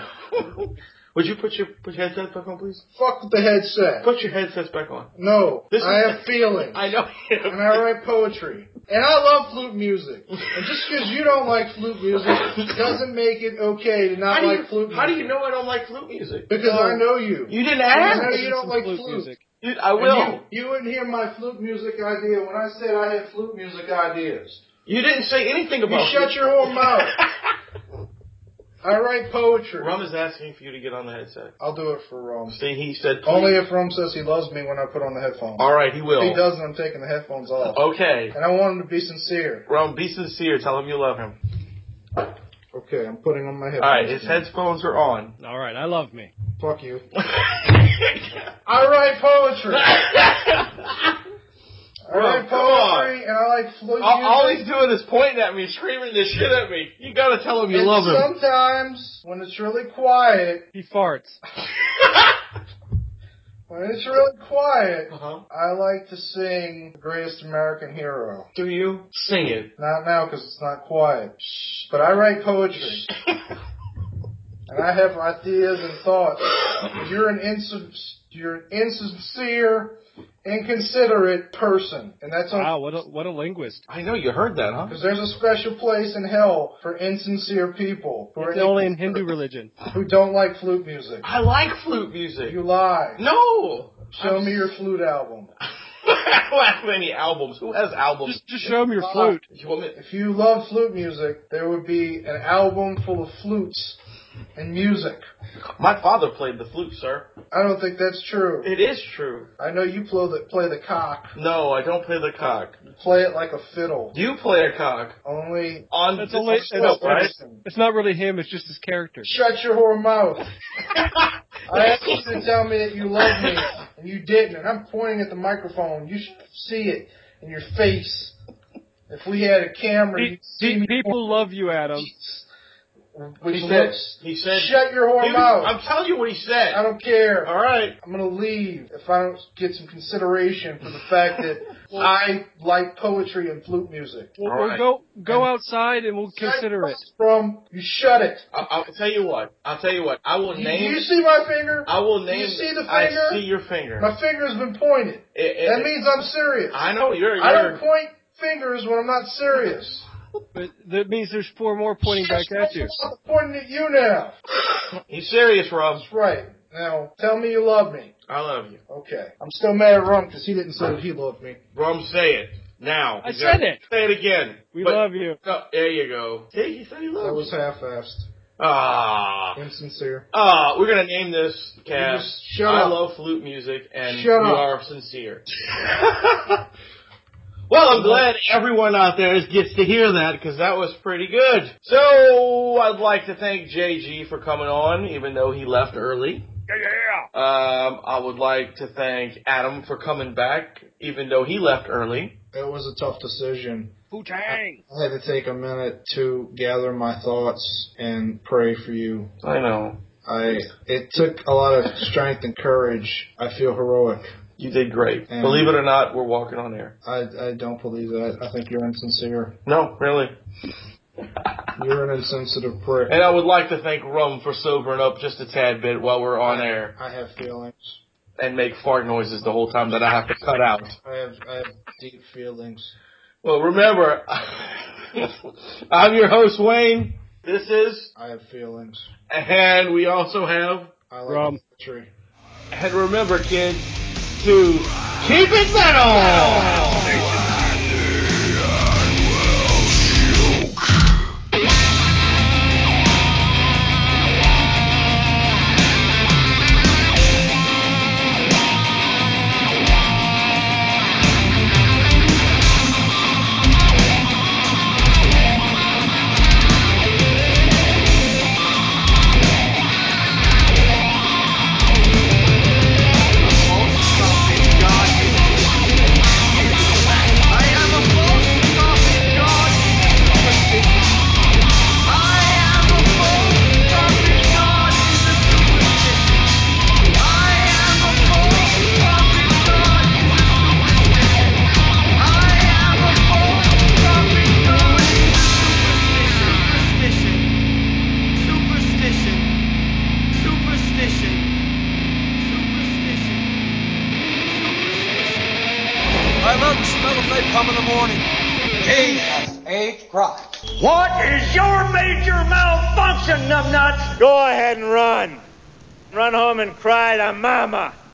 Would you put your put your headset back on, please? Fuck with the headset. Put your headsets back on. No, This is- I have feelings. I know. [laughs] and I write poetry. And I love flute music. And just because you don't like flute music doesn't make it okay to How not do like you flute music. How do you know I don't like flute music? Because I know you. You didn't [laughs] I ask. know you don't Some like flute flute. music. You- I And will. You, you wouldn't hear my flute music idea when I said I had flute music ideas. You, didn't say anything You about. shut flute. your whole [laughs] mouth. I write poetry. Rum is asking for you to get on the headset. I'll do it for Rome. See, he said Only if Rome says he loves me when I put on the headphones. All right, he will. If he doesn't, I'm taking the headphones Oh, off. Okay, And I want him to be sincere. Rum, be sincere. Tell him you love him. Okay, I'm putting on my headphones. All right, his again. headphones are on. [laughs] All right, I love me. Fuck you. Rum, I [laughs] write poetry. I come write on. poetry and I like flute music. All, all he's doing is pointing at me, screaming this shit at me. You gotta tell him you and love him. Sometimes when it's really quiet, He [laughs] farts. when it's really [laughs] quiet, Uh-huh. I like to sing "The Greatest American Hero." Do you sing it? Not now because it's not quiet. But I [laughs] write poetry and I have ideas and thoughts. You're an insins- you're an insincere, inconsiderate person, and that's on Wow, what a, what a linguist. I know you heard that, huh? Because there's a special place in hell for insincere people who, It's are only in Hindu [laughs] religion. who don't like flute music. I like flute music. You lie. No. Show me your flute album. [laughs] I don't have any albums. Who has albums? Just, just show him your flute. You want me? If you love flute music, there would be an album full of flutes and music. My father played the flute, sir. I don't think that's true. It is true. I know you play the, play the cock. No, I don't play the cock. You play it like a fiddle. You play a cock Only on That's this only- show, that's- right? It's not really him, it's just his character. Shut your whore [laughs] mouth. I asked you to tell me that you love me, and you didn't. And I'm pointing at the microphone. You should see it in your face. If we had a camera, Pe- you'd see pe- me. People love you, Adam. With He said. looks. He said. Shut your whore Dude, mouth. I'm telling you what he said. I don't care. All right. I'm gonna leave if I don't get some consideration for the fact [laughs] that I like poetry and flute music. We'll, All we'll right. go go outside and we'll consider it. From you, shut it. I, I'll tell you what. I'll tell you what. I will You, name. you see my finger? I will you name. see the I finger? see your finger. My finger's been pointed. It- it- That means I'm serious. I know you're. I you're don't point fingers when I'm not serious. But that means there's four more pointing back at you. I'm pointing at you now. he's serious, Rob. That's right. Now, tell me you love me. I love you. Okay. I'm still mad at Rum because he didn't say that he loved me. Rum, say it. Now. I said it. Say it again. We But- love you. No, there you go. See, he said he That was loves. you. half-assed. Ah. Insincere. Ah, we're gonna name this You cast. just shut I up. love flute music, and Shut you up. are sincere. [laughs] well, I'm glad everyone out there gets to hear that because that was pretty good. So I'd like to thank JG for coming on, even though he left early. Yeah. Um, I would like to thank Adam for coming back, even though he left early. That was a tough decision. Fu Tang. I had to take a minute to gather my thoughts and pray for you. I know I it took a lot of strength and courage. I feel heroic. you did great. And- Believe it or not, we're walking on air. I I don't believe that. I think you're insincere. No, really. You're an insensitive prick. And I would like to thank Rum for sobering up just a tad bit while we're on air I have feelings. and make fart noises the whole time that I have to cut out. I have I have deep feelings. Well, remember, [laughs] I'm your host, Wayne. This is, I have feelings. and we also have, I Rum. like poetry. and remember, kids, to keep it metal! Superstition. Superstition. Superstition. I love the smell of napalm in the morning. Jesus H. Christ. What is your major malfunction, numbnuts? Go ahead and run. Run home and cry to mama.